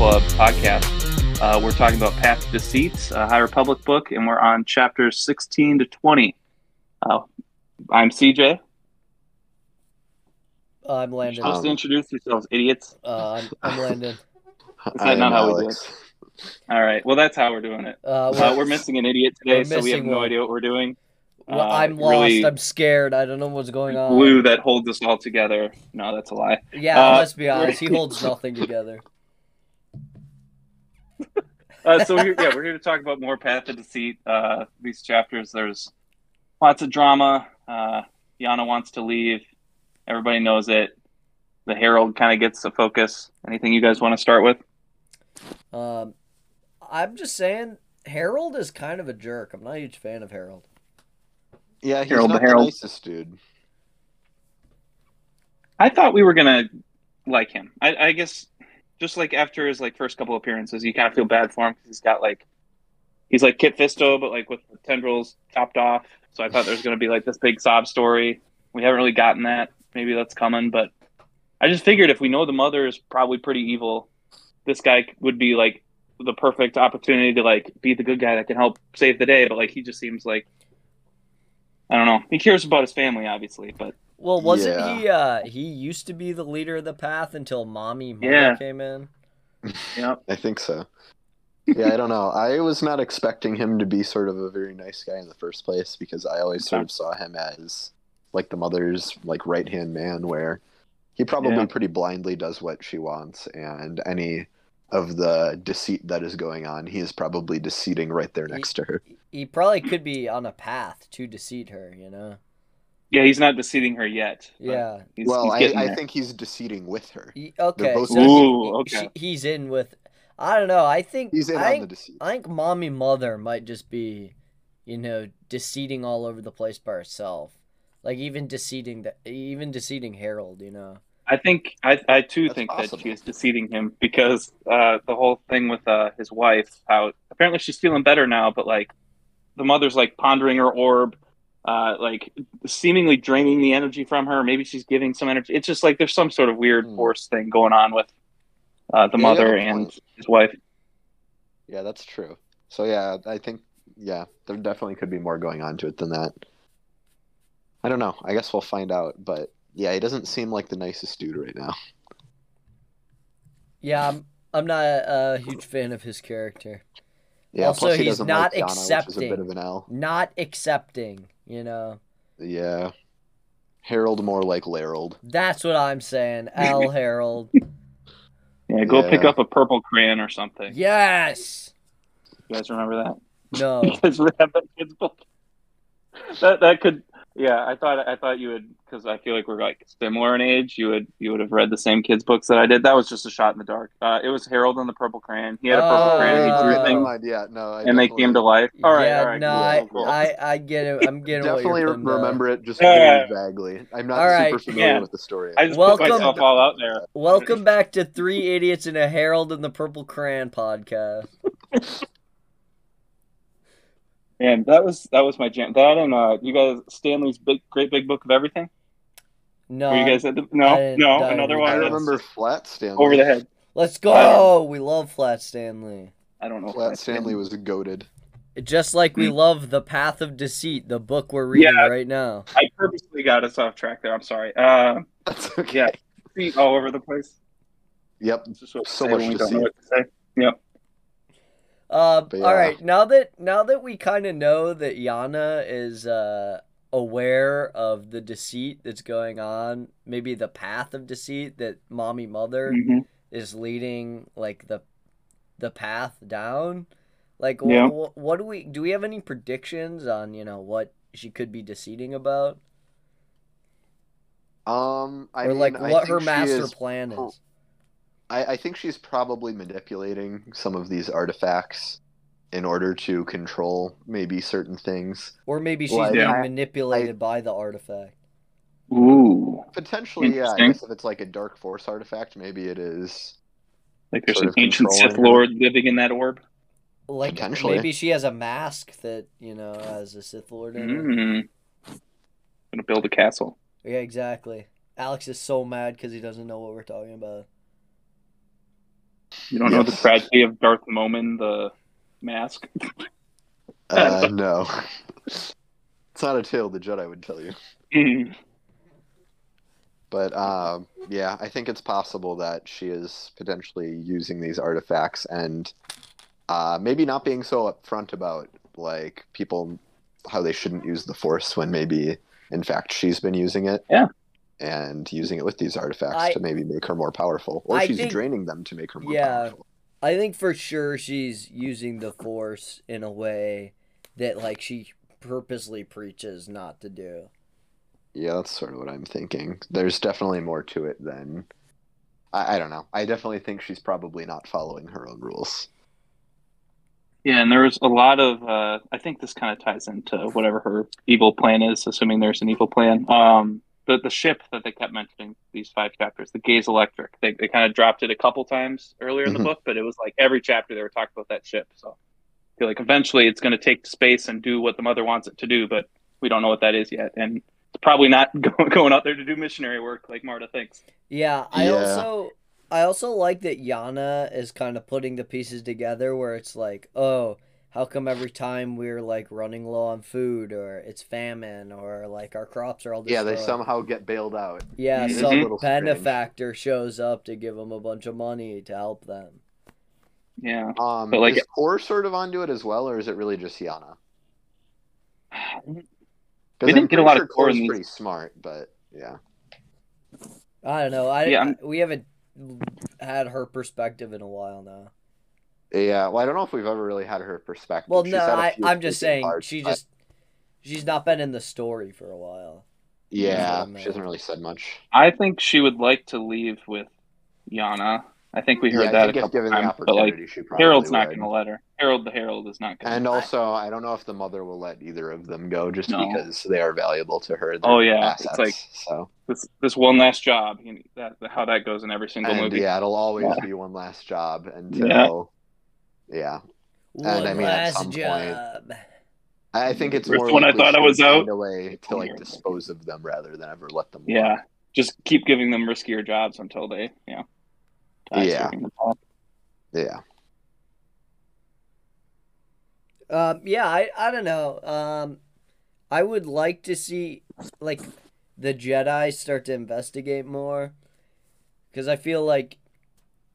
uh, podcast. Uh, we're talking about Path to Deceits, a High Republic book, and we're on chapters 16 to 20. Uh, I'm CJ. I'm You're Landon. supposed Uh, to Um, introduce yourselves, idiots. I'm, I'm Landon. Is that not how we do it? All right. Well, that's how we're doing it. Uh, Uh, we're missing an idiot today, We're so we have missing no one. idea what we're doing. well, uh, I'm lost. really- I'm scared. I don't know what's going on. Glue that holds us all together. No, that's a lie. Yeah, Uh, let's be honest. He holds nothing together. Uh, so here, yeah, we're here to talk about more Path to Deceit. Uh, these chapters, there's lots of drama. Uh, Yana wants to leave. Everybody knows it. The Herald kind of gets the focus. Anything you guys want to start with? Um, I'm just saying, Harold is kind of a jerk. I'm not a huge fan of Harold. Yeah, he's Harold not the Herald. the nicest dude. I thought we were gonna like him. I, I guess just like after his like first couple appearances, you kind of feel bad for him because he's got like he's like Kit Fisto, but like with the tendrils chopped off. So I thought there was gonna be like this big sob story. We haven't really gotten that. Maybe that's coming, but I just figured if we know the mother is probably pretty evil, this guy would be like the perfect opportunity to like be the good guy that can help save the day. But like he just seems like I don't know. He cares about his family, obviously, but Well, wasn't Yeah. he? Uh, he used to be the leader of the path until mommy Mama Yeah. came in. I think so. Yeah, I don't know. I was not expecting him to be sort of a very nice guy in the first place because I always sort of saw him as like the mother's like right hand man, where he probably Yeah. pretty blindly does what she wants, and any of the deceit that is going on, he is probably deceiving right there next to her. He probably could be on a path to deceive her. You know. yeah, he's not deceiving her yet. but- Yeah. He's, well, he's getting I, I there. think he's deceiving with her. He- okay. both- So he- Ooh, he- okay. she- he's in with. I don't know. I think He's in I on the think, deceit. I think mommy mother might just be, you know, deceiving all over the place by herself. Like even deceiving the even deceiving Harold. You know. I think I, I too That's think that possible. she is deceiving him because uh, the whole thing with uh, his wife. How apparently she's feeling better now, but like the mother's like pondering her orb, uh, like seemingly draining the energy from her. Maybe she's giving some energy. It's just like there's some sort of weird Hmm. force thing going on with uh, the Yeah, you have mother a and point. his wife. Yeah, that's true. So yeah, I think yeah, there definitely could be more going on to it than that. I don't know. I guess we'll find out, but yeah, he doesn't seem like the nicest dude right now. Yeah. I'm, I'm not a, a huge fan of his character. Yeah, Also, plus he he's doesn't not like Yana, which is a accepting. bit of an L. Not accepting. You know. Yeah. Harold more like Larold. That's what I'm saying. L Harold. Yeah, go pick Yeah. up a purple crayon or something. Yes. You guys remember that? No. because we have that kids book. That that could yeah. I thought I thought you would because I feel like we're like similar in age. You would you would have read the same kids books that I did. That was just a shot in the dark. Uh, it was Harold and the Purple Crayon. He had a purple Oh, crayon. He drew yeah. things, mind. Yeah, no. I and they came to life. All right, yeah, all right. no, cool, I, cool. I, I get it. I'm getting what definitely you're doing, though. remember it just Yeah. very vaguely. I'm not All right, super familiar yeah. with the story. I just Welcome- put myself all out there. Welcome back to Three Idiots and a Herald in the Purple Crayon podcast. And that was that was my jam. That and uh, you guys Stanley's big great big book of everything. No, Were you guys at the, I no didn't- no I another didn't- one I that's remember Flat Stanley. over the head. let's go. we love Flat Stanley, I don't know. if Flat that's- Stanley was goaded. just like we love the Path of Deceit, the book we're reading Yeah. right now. I purposely got us off track there. I'm sorry. Uh, That's okay. yeah, feet all over the place. Yep. It's just what we So say much when we to don't know see. what to say. Um, But All yeah. right, now that now that we kind of know that Yana is uh, aware of the deceit that's going on, maybe the path of deceit that mommy mother Mm. Mm-hmm. is leading, like the the path down. Like, wh- Yeah. wh- what do we do? We have any predictions on you know what she could be deceiving about, Um, I or mean, like I what think her she master is- plan is? I, I think she's probably manipulating some of these artifacts in order to control maybe certain things. Or maybe she's Like, being I- manipulated by the artifact. Ooh, Potentially, yeah. I Interesting. guess if it's like a dark force artifact, maybe it is. like there's Sort an of ancient Sith controlling her. Lord living in that orb. Like Potentially. maybe she has a mask that you know has a Sith Lord Hmm. in it. Mm. Gonna build a castle. Yeah, exactly. Alex is so mad because he doesn't know what we're talking about. You don't know the Yes. tragedy of Darth Momin, the mask. Uh, no. It's not a tale the Jedi would tell you. Mhm. But um, yeah, I think it's possible that she is potentially using these artifacts and uh, maybe not being so upfront about like people how they shouldn't use the Force when maybe in fact she's been using it. Yeah. And using it with these artifacts I- to maybe make her more powerful, or I she's think- draining them to make her more Yeah. powerful. I think for sure she's using the force in a way that like she purposely preaches not to do. Yeah, that's sort of what I'm thinking. There's definitely more to it than I, I don't know. I definitely think she's probably not following her own rules. Yeah, and there's a lot of. Uh, I think this kind of ties into whatever her evil plan is, assuming there's an evil plan. Um, the the ship that they kept mentioning these five chapters, the Gaze Electric. They they kind of dropped it a couple times earlier in the Mhm. book, but it was like every chapter they were talking about that ship. So I feel like eventually it's going to take space and do what the mother wants it to do, but we don't know what that is yet, and it's probably not go- going out there to do missionary work like Marta thinks. Yeah, I Yeah. also I also like that Yana is kind of putting the pieces together where it's like, oh, how come every time we're like running low on food or it's famine or like our crops are all Yeah, destroyed? they somehow get bailed out. Yeah, It is a some little strange. benefactor shows up to give them a bunch of money to help them. Yeah, Um, But, like- is Kor sort of onto it as well, or is it really just Yana? We Because didn't I'm get a pretty lot of sure Kor in Kor's these. pretty smart, but yeah, I don't know. I Yeah, I'm- we haven't had her perspective in a while now. yeah. Well, I don't know if we've ever really had her perspective. Well, She's no, had a I, few I'm just freaking saying large- she I- just she's not been in the story for a while. yeah, Yeah. she hasn't really said much. I think she would like to leave with Yana. I think we heard yeah, I that think a if couple given times, the but like opportunity, she probably Harold's not would. going to let her. Harold the Herald is not going. And to also, I don't know if the mother will let either of them go, just No. because they are valuable to her. Oh, They're yeah, it's like- so. This this one last job. You know, that how that goes in every single And movie. yeah, it'll always Yeah. be one last job until. Yeah, One I mean, at last some point- job. I I think it's First more. one I likely thought I she'll was find out. A way to like Yeah. dispose of them rather than ever let them. Yeah, walk. just keep giving them riskier jobs until they, you know. die Yeah. serving the time. yeah. Um, yeah, I, I don't know. Um, I would like to see like the Jedi start to investigate more, because I feel like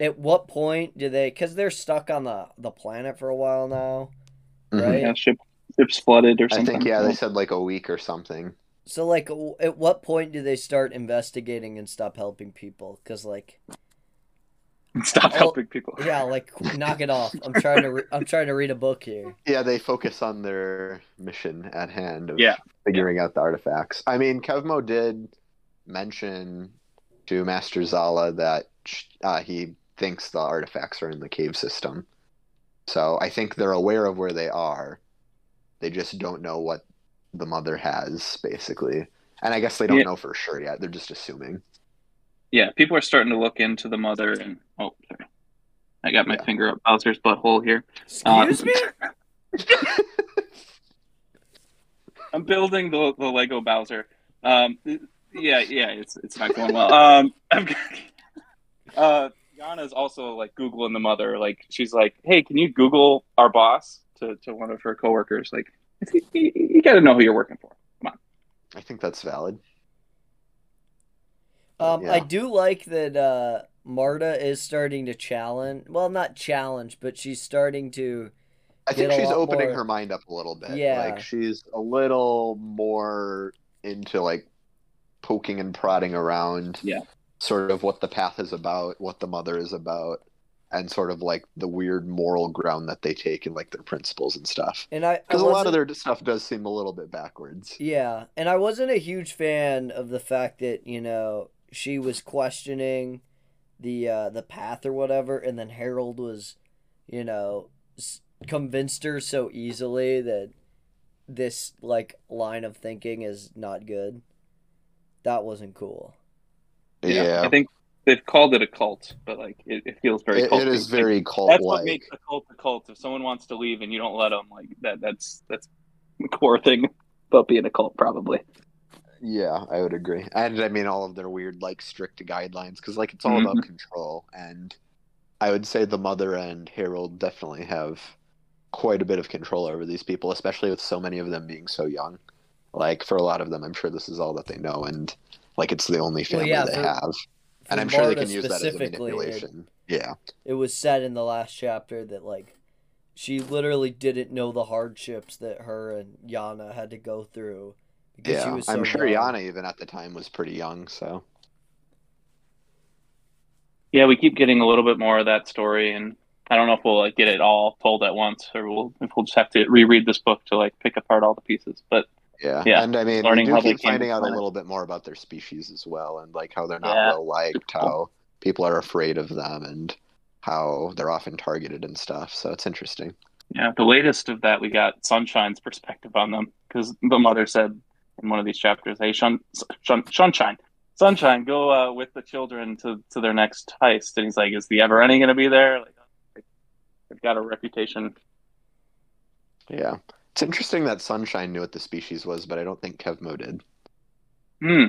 at what point do they? Because they're stuck on the the planet for a while now, Mhm. right? Yeah, ship ship's flooded or I something. think yeah, they said like a week or something. So like, w- at what point do they start investigating and stop helping people? Because like, stop Oh, helping people. yeah, like knock it off. I'm trying to re- I'm trying to read a book here. Yeah, they focus on their mission at hand of Yeah. figuring out the artifacts. I mean, Kevmo did mention to Master Zala that uh, he thinks the artifacts are in the cave system. So I think they're aware of where they are. They just don't know what the mother has, basically. And I guess they don't Yeah. know for sure yet. They're just assuming. Yeah, people are starting to look into the mother and oh, sorry. I got my Yeah. finger up Bowser's butthole here. Um, Excuse me. I'm building the, the Lego Bowser. Um, yeah, yeah, it's it's not going well. Um, I'm, uh, Yana's also like googling the mother. Like she's like, "Hey, can you Google our boss?" to to one of her coworkers. Like, you, you got to know who you're working for. Come on. I think that's valid. Um, I Yeah. do like that uh, Marta is starting to challenge. Well, not challenge, but she's starting to. I think Get a she's lot opening more- her mind up a little bit. Yeah. Like she's a little more into like poking and prodding around Yeah. sort of what the path is about, what the mother is about, and sort of like the weird moral ground that they take and like their principles and stuff. And I, I Because a lot of wasn't- their stuff does seem a little bit backwards. Yeah, and I wasn't a huge fan of the fact that you know she was questioning the uh, the path or whatever, and then Harold was, you know, s- convinced her so easily that this like line of thinking is not good. That wasn't cool. Yeah. I think they've called it a cult, but like it, it feels very. It- cult. it is very cult That's what like. makes a cult a cult. If someone wants to leave and you don't let them, like that, that's that's the core thing about being a cult, probably. Yeah, I would agree. Mm-hmm. And I mean all of their weird like strict guidelines cuz like it's all about control and I would say the mother and Harold definitely have quite a bit of control over these people, especially with so many of them being so young. Like for a lot of them, I'm sure this is all that they know, and like it's the only Well, family yeah, they for- have. For And I'm sure they Marta can use that as a specifically, it- manipulation. Yeah, it was said in the last chapter that like she literally didn't know the hardships that her and Yana had to go through because she yeah. was so I'm sure young. Yana even at the time was pretty young, so Yeah, we keep getting a little bit more of that story, and I don't know if we'll like get it all told at once, or we'll if we'll just have to reread this book to like pick apart all the pieces. But Yeah. Yeah, And I mean, we learning do how they keep came finding out upon a it. little bit more about their species as well, and like how they're not Yeah. well liked, how people are afraid of them, and how they're often targeted and stuff. So it's interesting. Yeah, the latest of that, we got Sunshine's perspective on them because the mother said in one of these chapters, "Hey, Shun, Shun, Sunshine, Sunshine, go uh, with the children to, to their next heist." And he's like, "Is the Ever Any going to be there?" Like, they've got a reputation. Yeah. It's interesting that Sunshine knew what the species was, but I don't think Kevmo did. Hmm.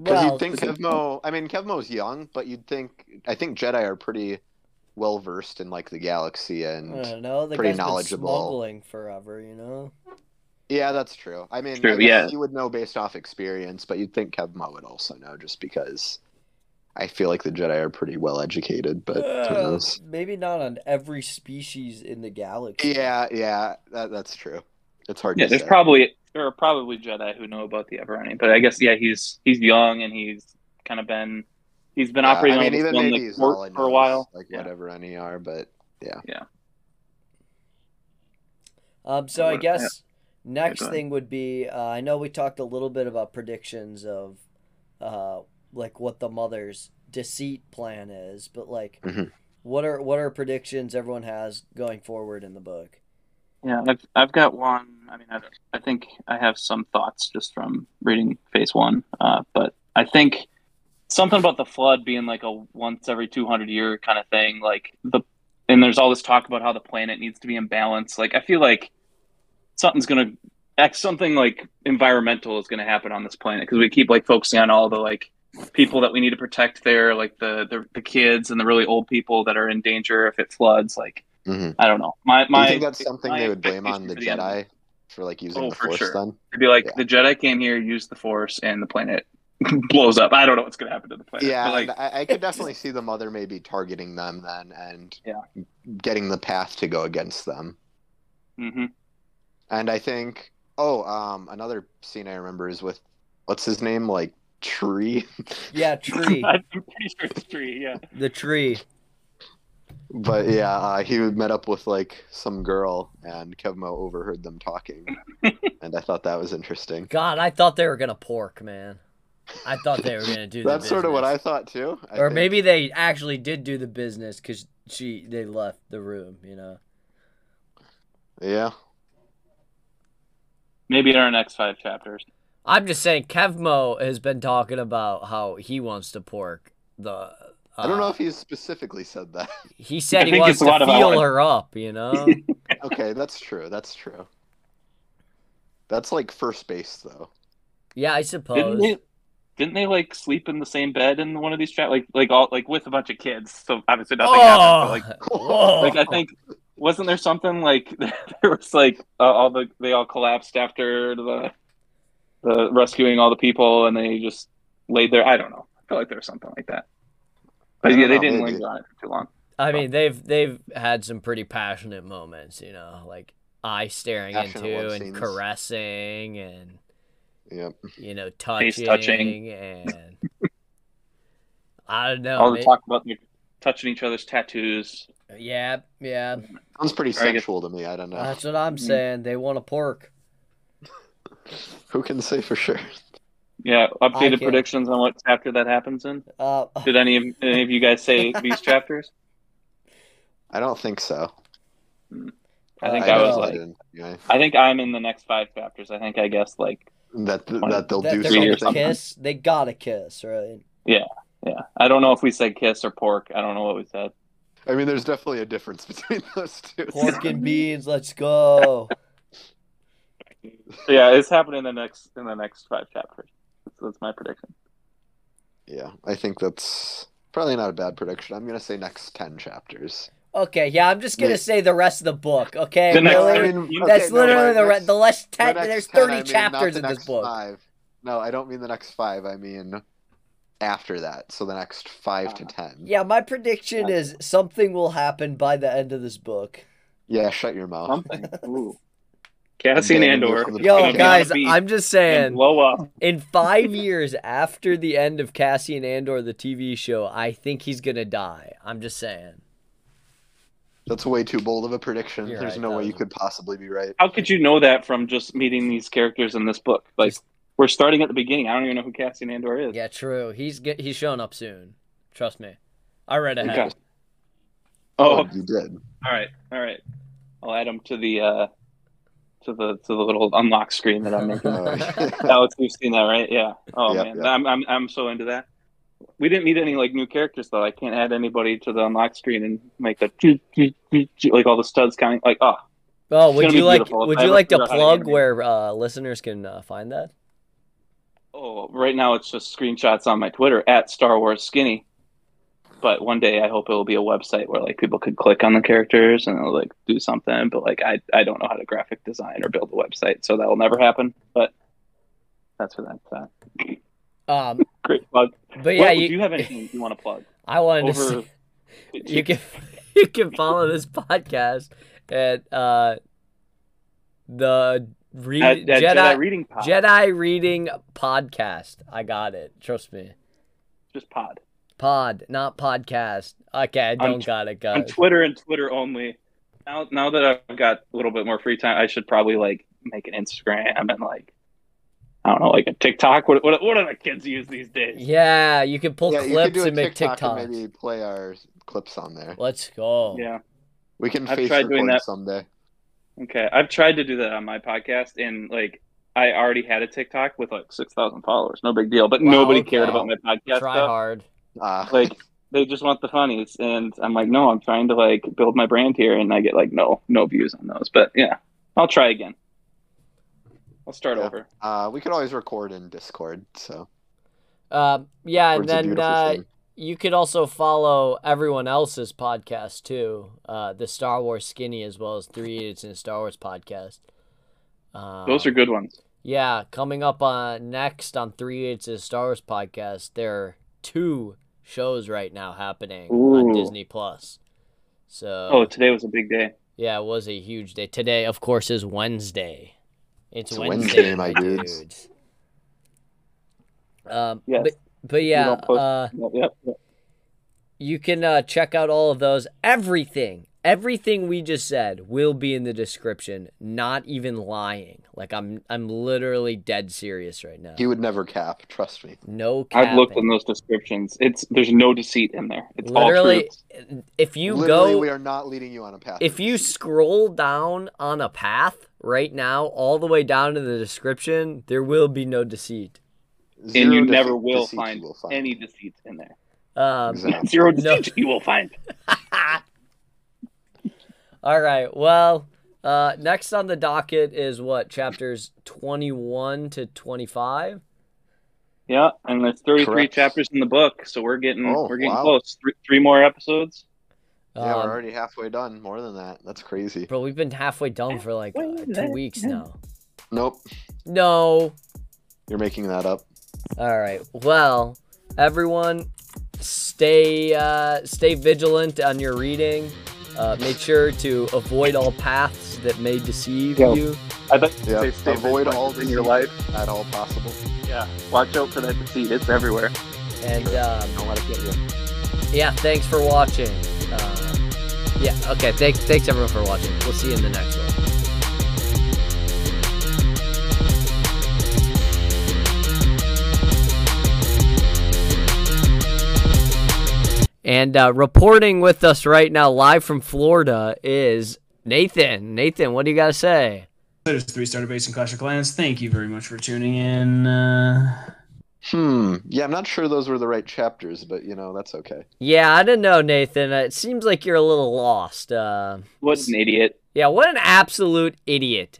Because well you'd think Kevmo, I mean, Kevmo's young, but you'd think, I think Jedi are pretty well versed in like the galaxy and. I don't know. The pretty guy's knowledgeable. been smuggling forever, you know. Yeah, that's true. I mean, True, I guess yeah. you would know based off experience, but you'd think Kevmo would also know just because I feel like the Jedi are pretty well educated, but who Uh, knows? maybe not on every species in the galaxy. Yeah, yeah, that, that's true. It's hard Yeah, to there's say. probably there are probably Jedi who know about the Ever Any, but I guess yeah, he's he's young and he's kind of been he's been Yeah, operating Uh, I on mean, this even one, maybe like, he's all I for, know for a is, while. like Yeah. whatever any are, but Um, so I What- guess next go ahead. thing would be uh, I know we talked a little bit about predictions of uh, like what the mother's deceit plan is, but like Mhm. what are what are predictions everyone has going forward in the book? Yeah, I've, I've got one. I mean, I, I think I have some thoughts just from reading phase one, uh, but I think something about the flood being like a once every 200 year kind of thing. Like the, and there's all this talk about how the planet needs to be in balance. Like, I feel like something's going to act, something like environmental is going to happen on this planet. Cause we keep like focusing on all the like people that we need to protect there, like the, the, the kids and the really old people that are in danger if it floods. Like, Mhm. I don't know. My, do my, you think that's something my they would blame on expectation the for the end. Jedi for like using Oh, the for Force sure. then? to be like Yeah. the Jedi came here, used the Force, and the planet blows up. I don't know what's gonna happen to the planet. Yeah, but, like and I, I could definitely see the mother maybe targeting them then and Yeah. getting the path to go against them. mhm. And I think oh, um, another scene I remember is with what's his name? Like Tree. Yeah, tree, I'm pretty sure it's three. Yeah, the tree. but yeah, uh, he met up with like some girl and Kevmo overheard them talking. and I thought that was interesting. God, I thought they were gonna pork, man. I thought they were gonna do. the That's sort of what I business. thought too. I or think- maybe they actually did do the business because she they left the room. You know. Yeah. maybe in our next five chapters. I'm just saying, Kevmo has been talking about how he wants to pork the. Uh, I don't know if he specifically said that. he I said he think wants it's a to lot of feel hours. her up, you know. okay, that's true. That's true. That's like first base though. yeah, I Didn't suppose. they? Didn't they like sleep in the same bed in one of these chapters? Like like all like with a bunch of kids. So obviously nothing Oh! happened. But, like Whoa. like I think wasn't there something like there was like uh, all the they all collapsed after the the rescuing all the people and they just laid there. I don't know. I feel like there was something like that. I But don't yeah, they know, didn't maybe. linger on it for too long. I oh. mean, they've they've had some pretty passionate moments, you know, like eye staring Passionate into love and scenes. caressing and Yep. you know Face touching, touching. and I don't know. all the may- talk about you touching each other's tattoos. yeah, yeah. Sounds pretty Or I guess- sexual to me. I don't know. That's what I'm Mm. saying. They want to pork. Who can say for sure? Yeah, updated can't. predictions on what chapter that happens in. Uh, Did any of, any of you guys say these chapters? I don't think so. I think Uh, I, I was know. like, didn't, yeah. I think I'm in the next five chapters. I think I guess like that th- One- that they'll that do three they're or gonna something. something. kiss. They gotta kiss, right? yeah. I don't know if we said kiss or pork. I don't know what we said. I mean, there's definitely a difference between those two. Pork and beans, let's go. So, yeah, it's happening in the next in the next five chapters. That's, that's my prediction. Yeah, I think that's Probably not a bad prediction. I'm gonna say next ten chapters. Okay, yeah, I'm just gonna Wait. say the rest of the book. Okay, The next- really? I mean, that's okay, no, literally my the re- next- the less ten. The next There's 10, thirty I mean, not chapters the in this next book. Five. No, I don't mean the next five. I mean after that. So the next five to ten. Uh, Yeah, my prediction Yeah. is something will happen by the end of this book. Yeah, shut your mouth. Something. Ooh. Cassian Damn, Andor. look at the- gonna Yo, be Okay. guys, on the beach I'm just and saying. blow up. In five years after the end of Cassian Andor, the TV show, I think he's gonna die. I'm just saying. That's way too bold of a prediction. You're There's right, no that way you was- could possibly be right. How could you know that from just meeting these characters in this book? Like Just- we're starting at the beginning. I don't even know who Cassian Andor is. Yeah, true. He's get, he's showing up soon. Trust me. I read ahead. Okay. Oh, you did. all right, all right. I'll add him to the uh, to the to the little unlock screen that I'm making. Oh. Alex, you've seen that, right? Yeah. Oh Yep, man, yep. I'm, I'm I'm so into that. We didn't need any like new characters though. I can't add anybody to the unlock screen and make the like all the studs counting. Like oh, Oh, It's would gonna you be like beautiful if would I you ever like to figure out how to plug animate. where uh, listeners can uh, find that? oh. Right now it's just screenshots on my Twitter at Star Wars Skinny. But one day I hope it will be a website where like people could click on the characters and it'll like do something. But like I I don't know how to graphic design or build a website, so that will never happen. But that's what that's at. Um, Great plug. but yeah, What- you, do you have anything you want to plug? I wanted to Over say, you can you can follow this podcast at uh, the re- at, at Jedi, Jedi reading pod. Jedi Reading Podcast. I got it. Trust me. just pod Pod, not podcast. Okay, I don't tw- got it, on guys. Twitter and Twitter only. Now, now that I've got a little bit more free time, I should probably like make an Instagram and like I don't know, like a TikTok. What what, what do the kids use these days? yeah, you can pull yeah, you could clips do a and make TikTok TikToks. and maybe play our clips on there. Let's go. Yeah. We can I've face tried record doing that. someday. Okay. I've tried to do that on my podcast, and like I already had a TikTok with like six thousand followers. No big deal, but Wow, nobody okay. cared about my podcast Try stuff. hard. Ah, Like they just want the funnies, and I'm like, no, I'm trying to like build my brand here, and I get like no, no views on those. But yeah, I'll try again. I'll start Yeah. over. uh, we could always record in Discord. So Um, yeah, and Discord's a then beautiful uh, thing. you could also follow everyone else's podcast too. Uh, the Star Wars Skinny as well as Three Idiots and Star Wars podcast. Uh, Those are good ones. Yeah, coming up uh, next on Three Idiots and Star Wars podcast, there are two shows right now happening on Ooh. Disney Plus. Uh, So Oh, today was a big day. yeah, it was a huge day. Today, of course, is Wednesday. It's, It's Wednesday, Wednesday, my dudes. Um, Yes. but, but yeah, don't post- uh, Yep, yep, yep. you can uh, check out all of those. Everything, everything we just said will be in the description. Not even lying. Like I'm, I'm literally dead serious right now. he would never cap. Trust me. No capping. I've looked in those descriptions. It's there's no deceit in there. It's all Literally, truth. if you Literally, go, we are not leading you on a path. if you scroll down on a path right now, all the way down to the description, there will be no deceit. And Zero you defe- never will deceit you find, will any deceit in there. Um, Exactly. Zero No. deceit you will find. all right. Well, uh, next on the docket is what chapters twenty-one to twenty-five. Yeah, and there's 33 Correct. chapters in the book, so we're getting Oh, we're getting wow. close. Three, three more episodes. Yeah, Um, we're already halfway done. More than that. That's crazy. Bro, we've been halfway done for like uh, two weeks now. Nope. No. You're making that up. All right. Well, everyone, stay uh, stay vigilant on your reading. Uh, make sure to avoid all paths that may deceive Yo. you. I'd like to Yeah. say stay Avoid vigilant all in your deceit. life. At all possible. Yeah, watch out for that deceit. It's everywhere. And um, Don't let it get you. yeah, thanks for watching. Uh, yeah. Okay. Thanks. Thanks everyone for watching. We'll see you in the next one. And uh, reporting with us right now, live from Florida, is Nathan. Nathan, what do you got to say? There's three star debates in Clash of Clans. Thank you very much for tuning in. Uh, Hmm. Yeah, I'm not sure those were the right chapters, but you know that's okay. Yeah, I don't know, Nathan. It seems like you're a little lost. Uh, What an idiot. yeah, what an absolute idiot.